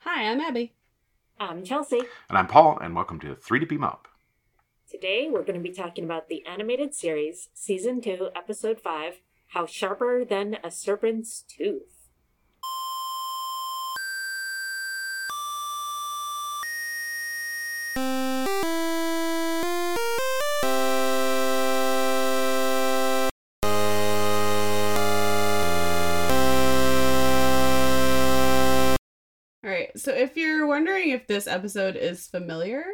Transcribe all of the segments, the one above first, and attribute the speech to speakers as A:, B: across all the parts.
A: Hi, I'm Abby.
B: I'm Chelsea.
C: And I'm Paul, and welcome to 3 to Beam Up.
B: Today we're going to be talking about the animated series, Season 2, Episode 5 How Sharper Than a Serpent's Tooth.
A: All right. So if you're wondering if this episode is familiar,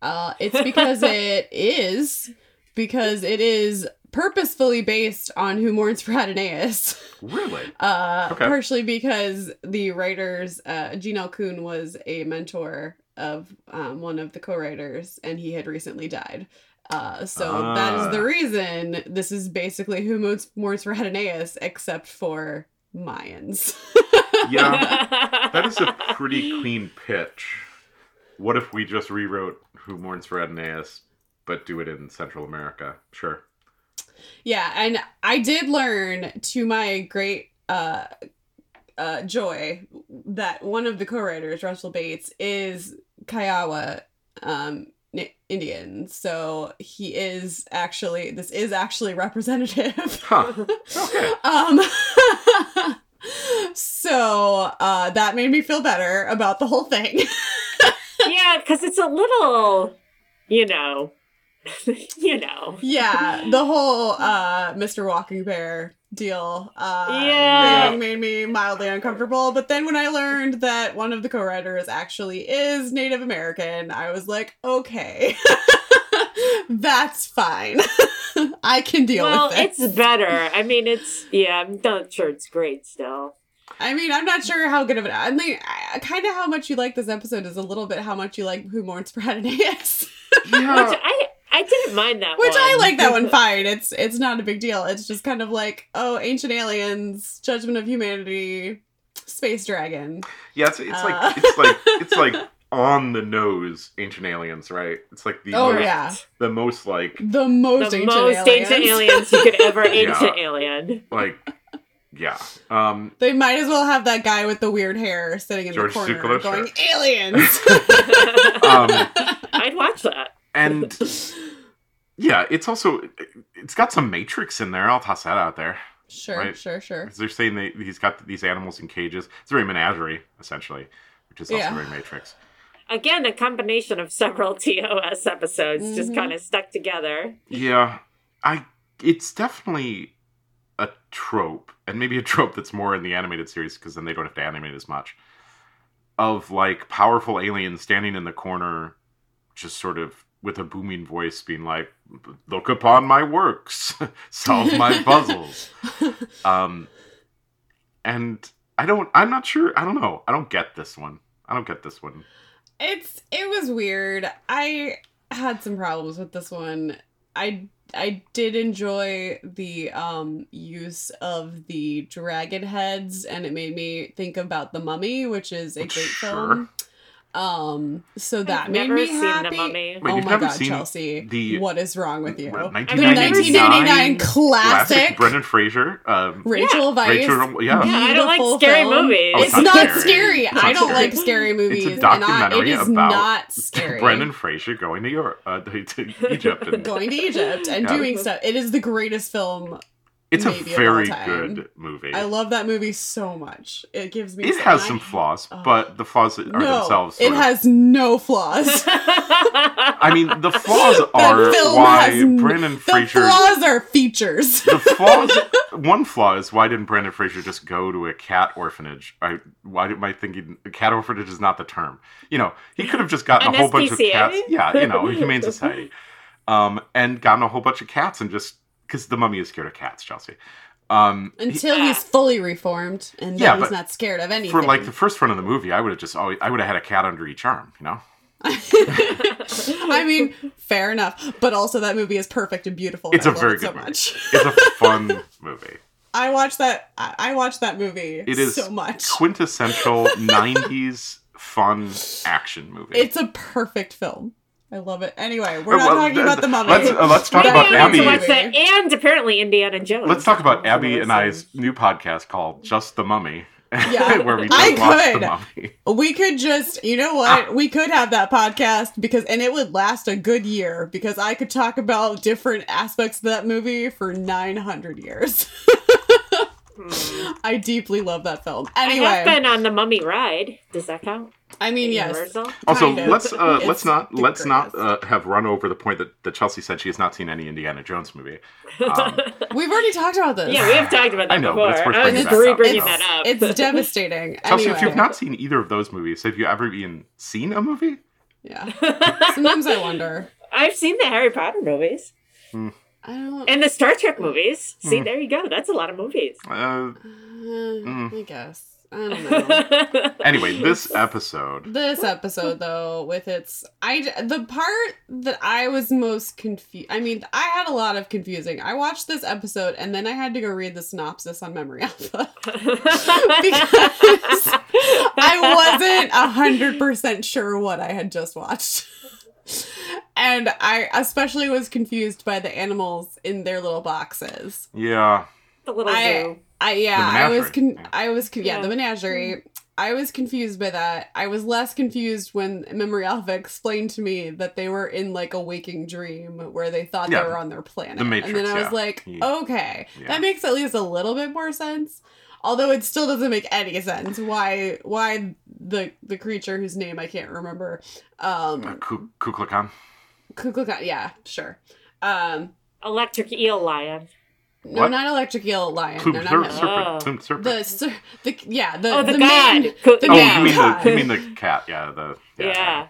A: uh, it's because it is, because it is purposefully based on Who Mourns for Adonais.
C: Really?
A: Uh,
C: Okay.
A: Partially because the writers, uh, Gene L. Kuhn was a mentor of um, one of the co writers, and he had recently died. Uh, so that
C: Ah.
A: is the reason this is basically Who Mourns- Mourns for Adonais, except for Mayans.
C: Yeah, that is a pretty clean pitch. What if we just rewrote Who Mourns for Adonais, but do it in Central America? Sure.
A: Yeah, and I did learn to my great uh, uh, joy that one of the co-writers, Russell Bates, is Kiowa um, Ni- Indian. So he is actually this is actually representative.
C: Huh. Okay.
A: um, so uh, that made me feel better about the whole thing.
B: yeah, because it's a little, you know, you know.
A: yeah, the whole uh, Mr. Walking Bear deal. Uh,
B: Yeah.
A: thing made me mildly uncomfortable. But then when I learned that one of the co-writers actually is Native American, I was like, okay, that's fine. I can deal
B: well,
A: with it.
B: it's better. I mean, it's yeah. I'm not sure it's great still.
A: I mean, I'm not sure how good of an. I mean, kind of how much you like this episode is a little bit how much you like Who Mourns for Adonais.
C: Yeah.
B: Which I I didn't mind that
A: Oh. Which
B: one.
A: I like that one fine. It's it's not a big deal. It's just kind of like, oh, ancient aliens, judgment of humanity, space dragon.
C: Yeah, it's, it's
A: Uh.
C: like it's like it's like on the nose ancient aliens, right? It's like the
A: Oh
C: most,
A: yeah.
C: the most like
A: The most
B: the
A: ancient
B: most
A: aliens.
B: ancient aliens you could ever
C: Yeah.
B: ancient alien.
C: like yeah. Um
A: They might as well have that guy with the weird hair sitting in
C: George
A: the corner
C: Tsoukalos,
A: going,
C: sure.
A: aliens.
C: um
B: I'd watch that.
C: and yeah, it's also it's got some matrix in there. I'll toss that out there.
A: sure,
C: Right.
A: sure, sure.
C: 'Cause they're saying they, he's got these animals in cages. It's very menagerie, essentially, which is also
A: Yeah.
C: very Matrix.
B: Again, a combination of several TOS episodes just
A: Mhm.
B: kind of stuck together.
C: Yeah, I. It's definitely a trope, and maybe a trope that's more in the animated series because then they don't have to animate as much. Of like powerful aliens standing in the corner, just sort of with a booming voice, being like, "Look upon my works, solve my puzzles." um, and I don't. I'm not sure. I don't know. I don't get this one. I don't get this one.
A: It's it was weird. I had some problems with this one. I I did enjoy the um use of the dragon heads and it made me think about The Mummy, which is a great
C: Sure.
A: film. Um so that
B: I've
A: made
B: never
A: me
B: seen
A: happy.
B: the mummy.
C: Wait,
A: oh
C: you've
A: my
C: never
A: god,
C: seen
A: Chelsea.
C: the-
A: what is wrong with you?
C: What,
A: The 1989
B: 1999
A: classic,
C: Brendan Fraser. Um,
A: Rachel Weisz.
C: Rachel, yeah.
B: Yeah, I don't like
A: beautiful
B: scary
A: film.
B: movies.
C: Oh,
A: it's, not, scary.
C: It's not
A: I don't
C: scary.
A: like scary movies. and I-
C: documentary
A: it is
C: about
A: not scary.
C: Brendan Fraser going to Europe, uh, to to Egypt. And
A: going to Egypt and
C: Yeah.
A: doing stuff. It is the greatest film.
C: it's a
A: maybe of all
C: very
A: time.
C: good movie.
A: I love that movie so much. It gives me.
C: it
A: so-
C: has
A: and
C: some
A: I-
C: flaws,
A: Oh.
C: but the flaws are
A: no,
C: themselves.
A: It
C: sort of-
A: has no flaws.
C: I mean, the flaws are
A: film has
C: why
A: n-
C: Brendan
A: the
C: Fraser.
A: flaws are features.
C: the flaws. One flaw is why didn't Brendan Fraser just go to a cat orphanage? I why am I thinking a cat orphanage is not the term? You know, he could have just gotten
B: An
C: a whole bunch of
B: SPCA?
C: cats. Yeah, you know, Humane Society, um, and gotten a whole bunch of cats and just because the mummy is scared of cats, Chelsea. Um, he-
A: Until
B: Yeah.
A: he's fully reformed, and
C: Yeah,
A: then he's
C: but
A: not scared of anything.
C: for like the first run of the movie, I would have just always I would have had a cat under each arm. You know,
A: I mean, fair enough. But also, that movie is perfect and beautiful. and
C: It's
A: I
C: a
A: love
C: very
A: it so
C: good movie.
A: much.
C: it's a fun movie.
A: I watched that. I I watched that movie.
C: It is
A: so much.
C: quintessential '90s fun action movie.
A: It's a perfect film. I love it. Anyway, we're
C: Uh,
A: not
C: well,
A: talking
C: th-
A: about the mummy.
C: Let's, uh, let's talk
A: We're
B: Maybe
C: about
A: not
B: I need
C: Abby.
B: to
A: talking about
B: watch
A: the
B: that.
A: movie.
B: And apparently Indiana Jones.
C: Let's talk about
B: That's
C: Abby and
B: another
C: I's new podcast called Just the Mummy.
A: Yeah.
C: where we
A: I
C: just watched the
A: could.
C: mummy.
A: We could just, you know
C: Ah.
A: what? We could have that podcast because, and it would last a good year because I could talk about different aspects of that movie for 900 years.
B: Hmm.
A: I deeply love that film.
B: I have
A: Anyway,
B: been on the mummy ride. Does that count?
A: I mean,
B: At
A: yes.
B: Universal?
C: Also,
A: Kind of.
C: let's uh,
A: It's
C: let's not
A: the
C: let's not
A: greatest.
C: uh, have run over the point that, that Chelsea said she has not seen any Indiana Jones movie. Um,
A: We've already talked about this.
B: yeah, we have talked about that
C: I know,
B: before.
C: but it's worth
B: I was just
C: bringing back up.
B: re-bringing
C: It's-
B: that up.
A: It's devastating.
C: Chelsea,
A: anyway,
C: if you've not seen either of those movies, have you ever even seen a movie?
A: yeah. Sometimes I wonder.
B: I've seen the Harry Potter movies
A: I don't.
B: and the Star Trek movies. See,
C: Hmm.
B: there you go. That's a lot of movies.
C: Uh,
A: uh, I guess I don't know.
C: anyway, this episode.
A: This episode, though, with its I the part that I was most confused. I mean, I had a lot of confusing. I watched this episode and then I had to go read the synopsis on Memory Alpha because I wasn't a hundred percent sure what I had just watched. And I especially was confused by the animals in their little boxes.
C: Yeah,
B: the little
A: I-
B: zoo.
A: I yeah,
C: The
A: I was
C: menagerie,
A: con-
C: yeah.
A: I was con- yeah,
B: Yeah. Mm-hmm.
A: the menagerie. I was confused by that. I was less confused when Memory Alpha explained to me that they were in like a waking dream where they thought
C: Yeah,
A: they were on their planet.
C: the Matrix,
A: and then I was
C: yeah.
A: like,
C: Ye-
A: okay,
C: Yeah.
A: that makes at least a little bit more sense. Although it still doesn't make any sense why why the the creature whose name I can't remember
C: uh,
A: um
C: Ku Ku Klux Klan.
A: Ku Klux Klan- yeah sure um
B: Electric eel lion.
A: no
C: What?
A: not electric eel lion no
C: Plumed
A: not
C: ser-
A: him.
B: Oh.
C: serpent. Plumed serpent.
A: the ser- the yeah the
B: Oh, the,
A: the
B: god.
A: main-
B: Co-
A: the
C: oh,
A: man.
C: you mean
A: God.
C: the you mean the cat? Yeah, the
B: yeah.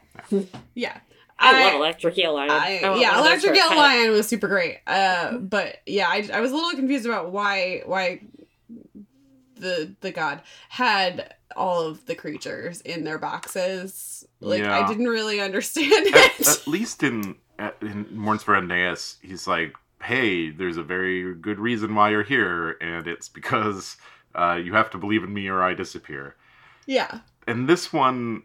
A: Yeah.
B: I, love
A: I,
B: electric eel lion.
A: I,
B: want
A: yeah,
B: one of those
A: Electric
B: for a
A: Yellow
B: pet.
A: Lion was super great. Uh, but yeah, I, I was a little confused about why why the the god had all of the creatures in their boxes. Like I
C: Yeah.
A: didn't really understand
C: at,
A: it.
C: at least in at- in Morns Verendaeus, he's like, "Hey, there's a very good reason why you're here, and it's because uh, you have to believe in me or I disappear."
A: yeah.
C: And this one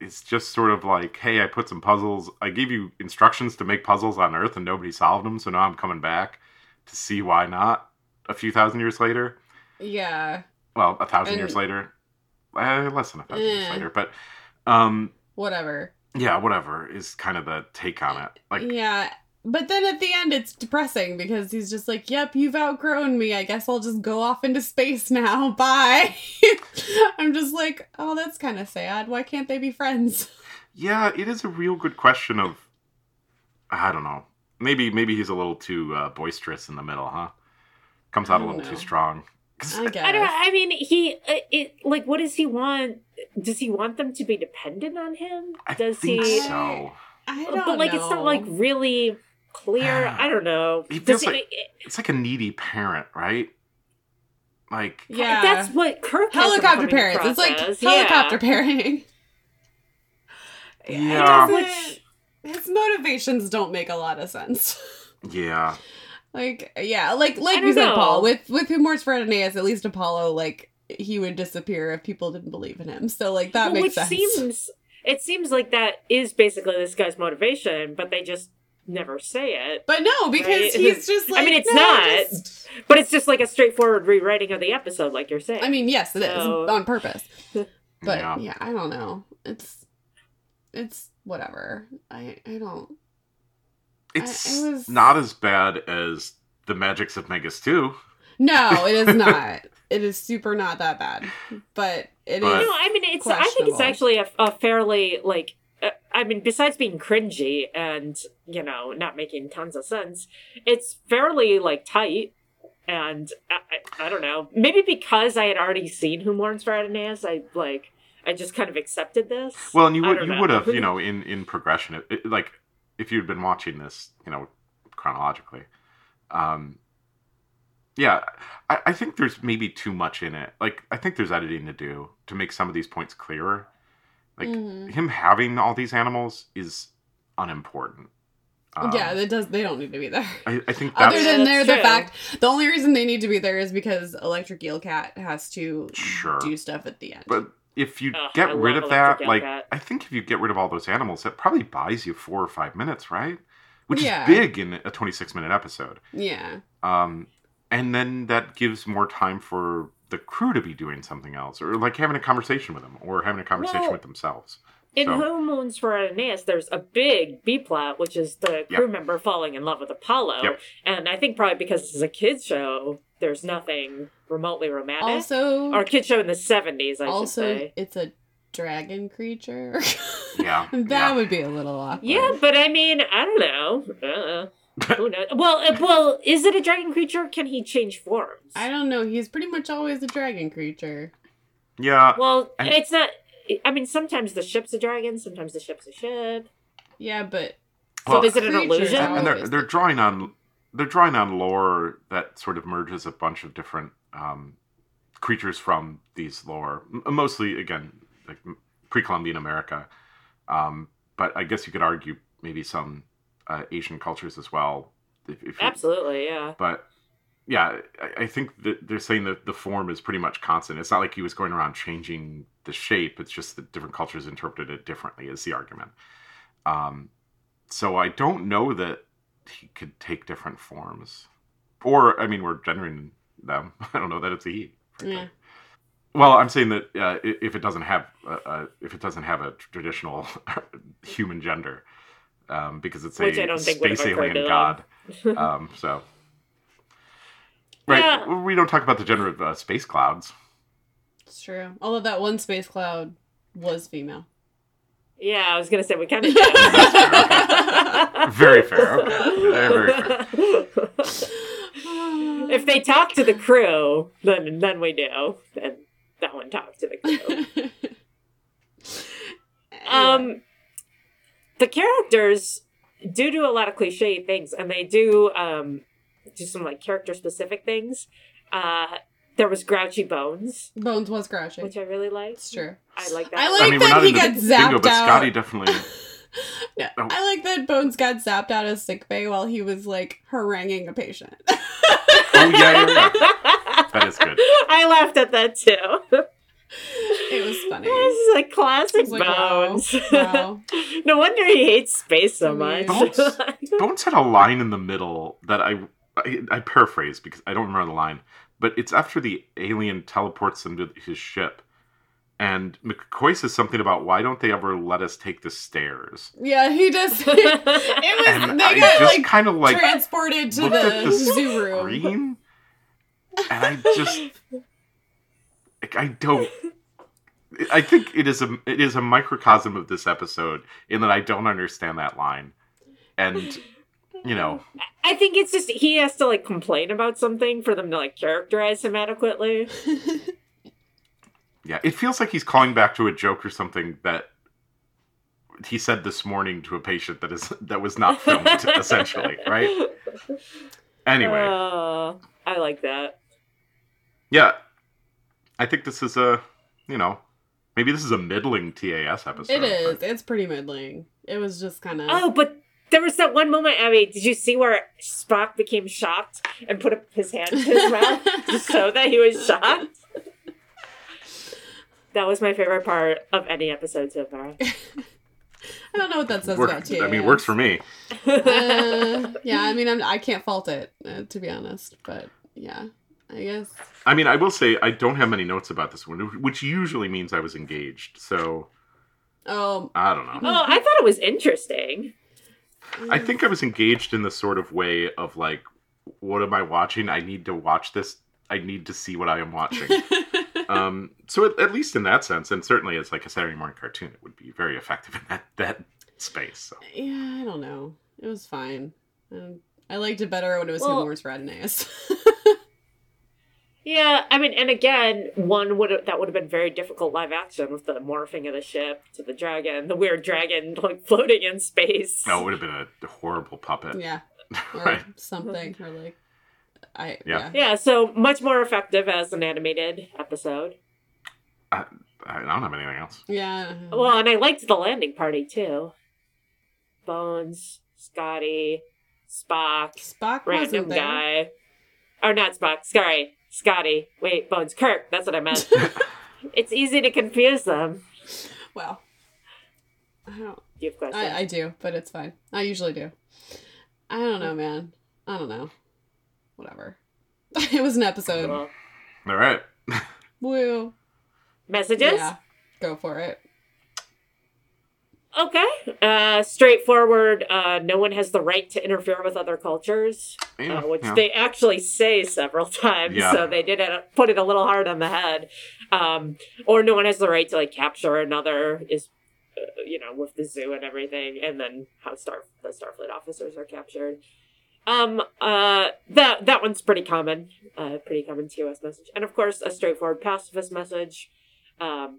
C: is just sort of like, "Hey, I put some puzzles. I gave you instructions to make puzzles on Earth, and nobody solved them. So now I'm coming back to see why not." A few thousand years later,
A: Yeah.
C: well, a thousand years
A: And-
C: later, uh, less than a thousand years
A: Eh.
C: later, but. Um,
A: Whatever.
C: yeah, whatever is kind of the take on it. Like,
A: yeah. But then at the end it's depressing because he's just like, "Yep, you've outgrown me. I guess I'll just go off into space now. Bye." I'm just like, "Oh, that's kind of sad. Why can't they be friends?"
C: Yeah, it is a real good question of I don't know. Maybe maybe he's a little too uh, boisterous in the middle, huh? Comes out a
A: I
C: little
A: don't
C: too
A: know.
C: strong.
A: I guess.
B: I don't. I mean, he. uh, It like, what does he want? Does he want them to be dependent on him?
C: I
B: Does
C: think
B: he?
C: so.
A: I don't
B: But like, it's not
A: know.
B: like really clear. I don't know.
C: He
B: Does
C: feels
B: he-
C: like- It's like a needy parent, right? Like
A: yeah,
B: That's what Kirk. has been
A: helicopter
B: coming
A: parents. It's like
B: across as, yeah.
A: helicopter parenting.
C: Yeah.
A: It doesn't- his motivations don't make a lot of sense.
C: yeah.
A: like yeah, like
B: I
A: like
B: don't
A: you said,
B: know.
A: Paul. With with Humor's Ferdinand's, at least Apollo, like he would disappear if people didn't believe in him. So like that
B: Well,
A: makes
B: which
A: sense.
B: seems it seems like that is basically this guy's motivation, but they just never say it.
A: but no, because
B: Right?
A: he's just
B: I
A: like
B: mean, it's
A: no,
B: not.
A: just-
B: But it's just like a straightforward rewriting of the episode, like you're saying.
A: I mean, yes, it is
B: So-
A: on purpose. But
C: yeah.
A: yeah. I don't know. It's it's whatever. I I don't
C: It's
A: I was-
C: not as bad as the magics of Megas 2.
A: No, it is not. it is super not that bad. But it is.
C: But-
B: no, I mean it's. I think it's
A: questionable.
B: actually a, a fairly like. Uh, I mean, besides being cringy and you know not making tons of sense, it's fairly like tight. And I, I, I don't know. Maybe because I had already seen Who Mourns for Adonais, I like I just kind of accepted this.
C: Well, and you
B: I
C: would
B: don't
C: you
B: know.
C: would have, you know, in in progression, it, it- like if you'd been watching this, you know, chronologically. Um yeah, I, I think there's maybe too much in it. Like I think there's editing to do to make some of these points clearer. Like
A: Mhm.
C: him having all these animals is unimportant. Um,
A: yeah, it does. They don't need to be there.
C: I, I think that's
A: Other than
B: Yeah,
A: they're
B: that's
A: the
B: true.
A: fact, the only reason they need to be there is because Electric Eel Cat has to
C: Sure.
A: do stuff at the end.
C: but if you
B: Ugh, I
C: get rid
B: love
C: of that,
B: Electric
C: like
B: Cat.
C: I think if you get rid of all those animals, that probably buys you four or five minutes, right? Which
A: Yeah.
C: is big in a 26 minute episode.
A: yeah,
C: um, and then that gives more time for the crew to be doing something else or like having a conversation with them or having a conversation
B: Well,
C: with themselves.
B: In
C: So-
B: Home Moons for Aeneas, there's a big B plot, which is the crew member falling in love with Apollo.
C: Yep.
B: And I think probably because it's a kids show, there's nothing remotely romantic.
A: Also,
B: or a kids show in the seventies, I should
A: also
B: say.
A: it's a dragon creature.
C: Yeah.
A: that
C: yeah.
A: would be a little awkward.
B: Yeah, but I mean, I don't know. Uh, who knows? Well, uh, well, is it a dragon creature? Can he change forms?
A: I don't know. He's pretty much always a dragon creature.
C: yeah.
B: Well,
C: I-
B: it's not. I mean, sometimes the ship's a dragon, sometimes the ship's a ship.
C: Hmm.
A: Yeah, but
B: So
C: Well,
B: is it an
A: creatures
B: illusion?
A: are
C: and they're
A: always
C: they're drawing on they're drawing on lore that sort of merges a bunch of different um, creatures from these lore, M- mostly again like m- pre-Columbian America, um, but I guess you could argue maybe some uh, Asian cultures as well. If, if you-
B: Absolutely, yeah.
C: but yeah, I, I think that they're saying that the form is pretty much constant. It's not like he was going around changing the shape. It's just that different cultures interpreted it differently. Is the argument? Um, so I don't know that he could take different forms, or I mean, we're gendering them. I don't know that it's a he. frankly.
A: Yeah.
C: Well, I'm saying that uh, i- if it doesn't have a, a, if it doesn't have a traditional human gender, um, because it's
B: Which
C: a
B: I don't think would have
C: space
B: occurred
C: alien
B: to
C: god. um, so, right,
B: Yeah.
C: we don't talk about the gender of uh, space clouds.
A: It's true. Although that one space cloud was female.
B: Yeah, I was gonna say we kind of.
C: Very fair. Okay. Very fair.
B: if they talk to the crew, then then we do. Then that one talked to the crew. Um, the characters do do a lot of cliche things, and they do um do some like character specific things. Uh, there was Grouchy Bones,
A: Bones was crouching.
B: which I really liked.
A: It's true.
B: I like that.
A: I like-
B: one.
A: that he
C: into
A: got
C: the
A: zapped
C: but
A: out.
C: Scotty definitely.
A: Yeah.
C: Oh.
A: I like that Bones got zapped out of sickbay while he was like haranguing a patient.
C: Oh yeah, yeah, yeah. that is good.
B: I laughed at that too.
A: it was funny.
B: This is like classic
A: It's like, wow,
B: Bones.
A: wow.
B: no wonder he hates space so much.
A: Weird.
C: Bones? Bones had a line in the middle that I, I I paraphrase because I don't remember the line, but it's after the alien teleports him to his ship, and McCoy says something about why don't they ever let us take the stairs?
A: Yeah, he does. it was
C: And
A: they
C: I
A: got
C: just
A: like,
C: kind of like
A: transported to
C: looked at
A: the,
C: the
A: zoo room.
C: screen, and I just like I don't. I think it is a it is a microcosm of this episode in that I don't understand that line, and you know
B: I think it's just he has to like complain about something for them to like characterize him adequately.
C: Yeah, it feels like he's calling back to a joke or something that he said this morning to a patient that is that was not filmed, essentially, right? Anyway,
B: Uh, I like that.
C: yeah, I think this is a, you know, maybe this is a middling TAS episode.
A: It is.
C: but-
A: It's pretty middling. It was just kind of.
B: Oh, but there was that one moment, Abby. Did you see where Spock became shocked and put up his hand to his mouth just so that he was shocked? That was my favorite part of any episode so far.
A: I don't know what that says
C: work-
A: about you.
C: I mean, works for me.
A: uh, yeah, I mean, I'm, I can't fault it uh, to be honest, but yeah, I guess.
C: I mean, I will say I don't have many notes about this one, which usually means I was engaged. So
A: Oh,
C: I don't know.
B: Oh, I thought it was interesting.
C: I think I was engaged in the sort of way of like, what am I watching? I need to watch this. I need to see what I am watching. um, so at, at least in that sense, and certainly as like a Saturday morning cartoon, it would be very effective in that that space. So.
A: yeah, I don't know. It was fine. Um, I liked it better when it was
B: Well-
A: Homer's Radinus.
B: Yeah, I mean, and again, one would that would have been very difficult live action with the morphing of the ship to the dragon, the weird dragon like floating in space.
C: That Oh, would have been a horrible puppet.
A: yeah, or
C: right.
A: something, or like, I
C: Yeah.
A: yeah.
B: Yeah, so much more effective as an animated episode.
C: I don't have anything else.
A: Yeah.
B: Well, and I liked the landing party too. Bones, Scotty, Spock,
A: Spock
B: random
A: wasn't there.
B: guy, or not Spock? Sorry, Scotty. Wait, Bones, Kirk. That's what I meant. it's easy to confuse them.
A: Well, I don't.
B: You have questions?
A: I, I do, but it's fine. I usually do. I don't know, man. I don't know. Whatever. it was an episode.
B: Uh, Well,
C: All right.
A: Woo.
B: Messages?
A: Yeah. Go for it.
B: Okay. Uh, straightforward. Uh, no one has the right to interfere with other cultures,
C: Yeah,
B: uh, which
C: yeah.
B: they actually say several times.
C: Yeah.
B: So they did it, put it a little hard on the head. Um, or no one has the right to like capture another. Is uh, you know with the zoo and everything, and then how star the Starfleet officers are captured. Um. Uh. That that one's pretty common. Uh. Pretty common TOS message, and of course a straightforward pacifist message. Um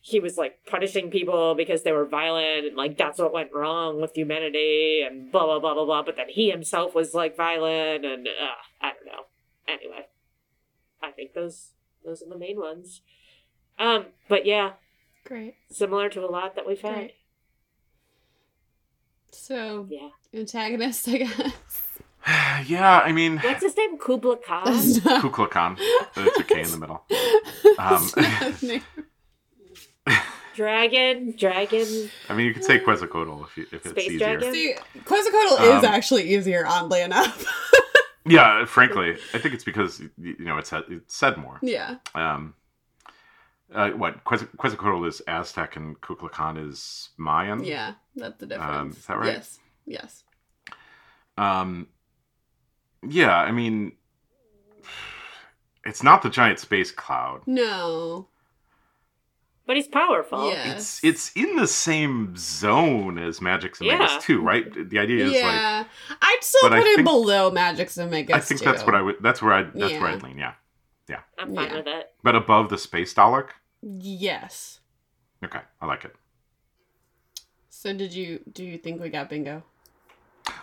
B: he was like punishing people because they were violent and like that's what went wrong with humanity and blah blah blah blah blah. But then he himself was like violent and uh, I don't know. Anyway, I think those those are the main ones. Um, but yeah,
A: Great.
B: similar to a lot that we've had.
A: Great. So
B: Yeah,
A: antagonist, I guess.
C: yeah, I mean,
B: what's his name? Kubla Khan.
A: That's not.
C: Ku Klux Klan. It's a K in the middle.
A: that's
C: Um,
A: not his name.
B: dragon, dragon.
C: I mean, you could say Quetzalcoatl if, you, if it's
B: Space
C: easier.
B: dragon?
A: See, Quetzalcoatl is
C: Um,
A: actually easier, oddly enough.
C: Yeah, frankly, I think it's because y- you know it's said, it's said more.
A: yeah.
C: Um, uh, what Quetz- Quetzalcoatl is Aztec and Ku Klux Klan is Mayan.
A: Yeah. That's the difference.
C: Um, is that right?
A: Yes. Yes.
C: Um, yeah, I mean, it's not the giant space cloud.
A: No.
B: But he's powerful.
A: Yeah.
C: It's it's in the same zone as Magic's and
B: Yeah.
C: Magus too, right? The idea is like
A: yeah. I'd still
C: But I
A: put it
C: think-
A: below Magic's and Magus.
C: I think that's what I would. That's where I. That's where
A: Yeah.
C: I'd lean. Yeah,
B: I'm fine
A: Yeah.
B: with it.
C: but above the space Dalek.
A: Yes.
C: Okay, I like it.
A: So did you do you think we got bingo?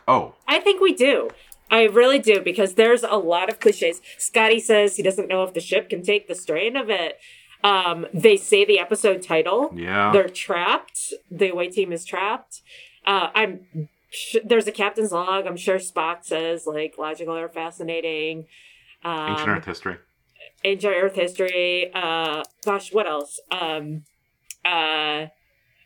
C: Oh,
B: I think we do. I really do because there's a lot of cliches. Scotty says he doesn't know if the ship can take the strain of it. Um, they say the episode title.
C: yeah.
B: They're trapped. The away team is trapped. Uh, I'm. Sh- there's a captain's log. I'm sure Spock says like logical or fascinating. Um,
C: Ancient Earth history.
B: ancient Earth history. Uh, gosh, what else? Um, uh,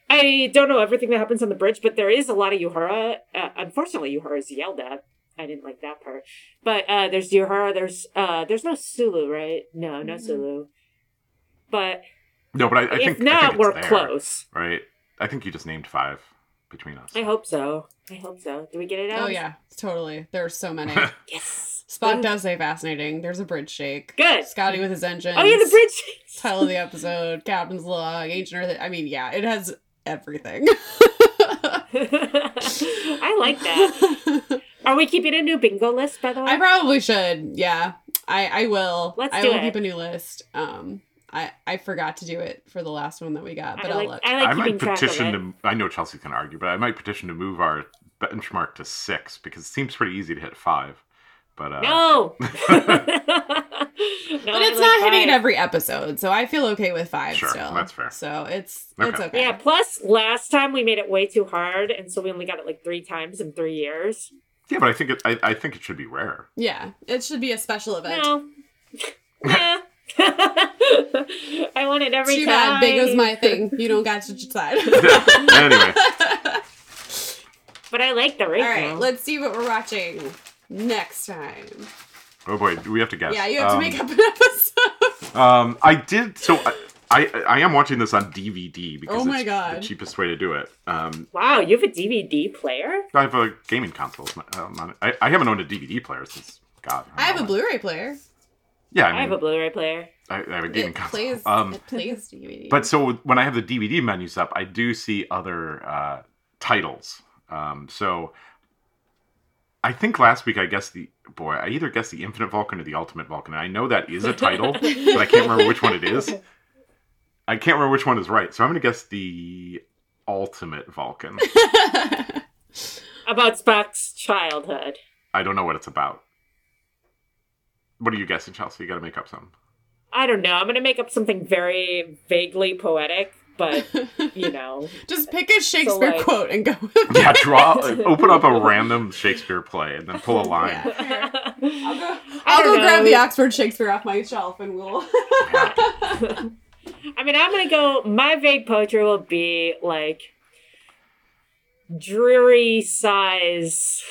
B: I don't know everything that happens on the bridge, but there is a lot of Uhura. Uh, unfortunately, Uhura is yelled at. I didn't like that part. But uh, there's Uhura. There's uh, there's no Sulu, right? No, no
A: Mhm.
B: Sulu. But
C: No, but I, I
B: if
C: think I
B: not,
C: think it's
B: we're
C: there,
B: close.
C: right? I think you just named five between us.
B: I hope so. I hope so. Do we get it out?
A: Oh yeah, totally. There are so many.
B: Yes.
A: Spock does say fascinating. There's a bridge shake.
B: Good.
A: Scotty with his engine.
B: Oh yeah, the bridge.
A: Title of the episode, Captain's Log, Ancient Earth. I mean, yeah, it has everything.
B: I like that. Are we keeping a new bingo list, by the way?
A: I probably should. Yeah, I I will.
B: Let's
A: I
B: do
A: will
B: it.
A: keep a new list. Um, I I forgot to do it for the last one that we got, but
B: I
A: I'll
B: like,
A: look.
B: I like
C: I
B: keeping
C: might
B: track
C: petition
B: of it.
C: to. I know Chelsea can argue, but I might petition to move our benchmark to six because it seems pretty easy to hit five. But uh,
B: No. no
A: but it's not hitting every episode, so I feel okay with five
C: Sure,
A: still.
C: that's fair.
A: So it's
C: Okay.
A: it's okay.
B: Yeah. Plus, last time we made it way too hard, and so we only got it like three times in three years.
C: yeah, but I think it. I, I think it should be rare.
A: Yeah, it should be a special event.
B: No. Nah. I want it every
A: Too
B: time.
A: bad bingo's my thing. You don't got to decide.
C: anyway,
B: But I like the
A: All
B: ring.
A: right, let's see what we're watching next time.
C: oh boy, do we have to guess?
A: Yeah, you have
C: Um,
A: to make up an episode.
C: Um, I did. So I, I, I am watching this on DVD because
A: Oh my
C: it's
A: God.
C: the cheapest way to do it. Um,
B: Wow, you have a DVD player?
C: I have a gaming console. It's my- um, on- I, I haven't owned a DVD player since God. don't
A: I have
C: know.
A: a Blu-ray player.
C: Yeah,
B: I
C: I,
B: have
C: mean,
B: a Blu-ray player.
C: I I have a gaming
A: It
C: console.
A: plays.
C: um,
A: it plays DVD.
C: but so when I have the DVD menus up, I do see other uh, titles. Um, so I think last week I guessed the boy. I either guessed the Infinite Vulcan or the Ultimate Vulcan. And I know that is a title, but I can't remember which one it is. I can't remember which one is right. So I'm going to guess the Ultimate Vulcan.
B: About Spock's childhood.
C: I don't know what it's about. What are you guessing, Chelsea? You got to make up some.
B: I don't know. I'm going to make up something very vaguely poetic, but, you know.
A: Just pick a Shakespeare
B: like-
A: quote and go with it.
C: Yeah, draw. open up a random Shakespeare play and then pull a line.
A: Yeah.
B: I'll
A: I'll go, I'll go grab the Oxford Shakespeare off my shelf and we'll.
C: Yeah.
B: I mean, I'm gonna go. My vague poetry will be like dreary sighs,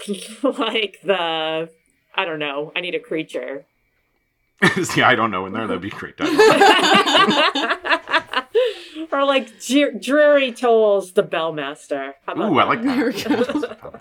B: like the I don't know. I need a creature.
C: See, I don't know in there. That'd be great. dialogue.
B: or like dre- dreary tolls the bellmaster. How about
C: Ooh, I like
A: There
C: that.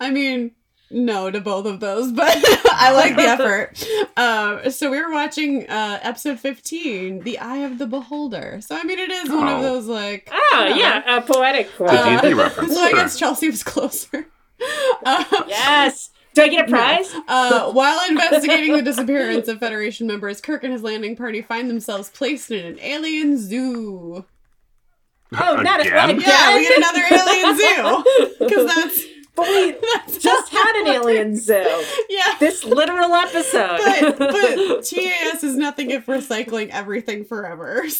A: I mean, no to both of those, but I like the effort. Uh, so we were watching uh, episode 15, The Eye of the Beholder. So, I mean, it is one of
C: Oh.
A: those, like.
B: Oh yeah, a poetic quote.
C: The
A: Uh,
C: D&D reference.
A: So, I
C: sure.
A: guess Chelsea was closer. Uh,
B: yes. Do I get a prize?
A: uh, while investigating the disappearance of Federation members, Kirk and his landing party find themselves placed in an alien zoo.
B: Oh, not
C: Again?
B: again.
A: Yeah, we get another alien zoo. Because that's,
B: But we
A: that's
B: just had an alien zoo.
A: Yeah.
B: This literal episode.
A: but but TAS is nothing if recycling everything forever.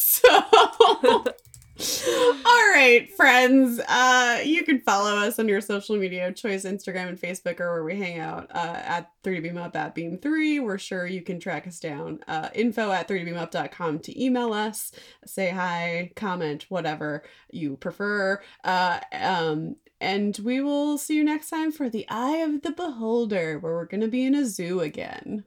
A: So all right, friends. Uh, you can follow us on your social media of choice, Instagram and Facebook, or where we hang out uh, at 3DBeamUp at Beam3. We're sure you can track us down. Uh, info at 3DBeamUp.com to email us, say hi, comment, whatever you prefer. Uh, um, and we will see you next time for The Eye of the Beholder, where we're going to be in a zoo again.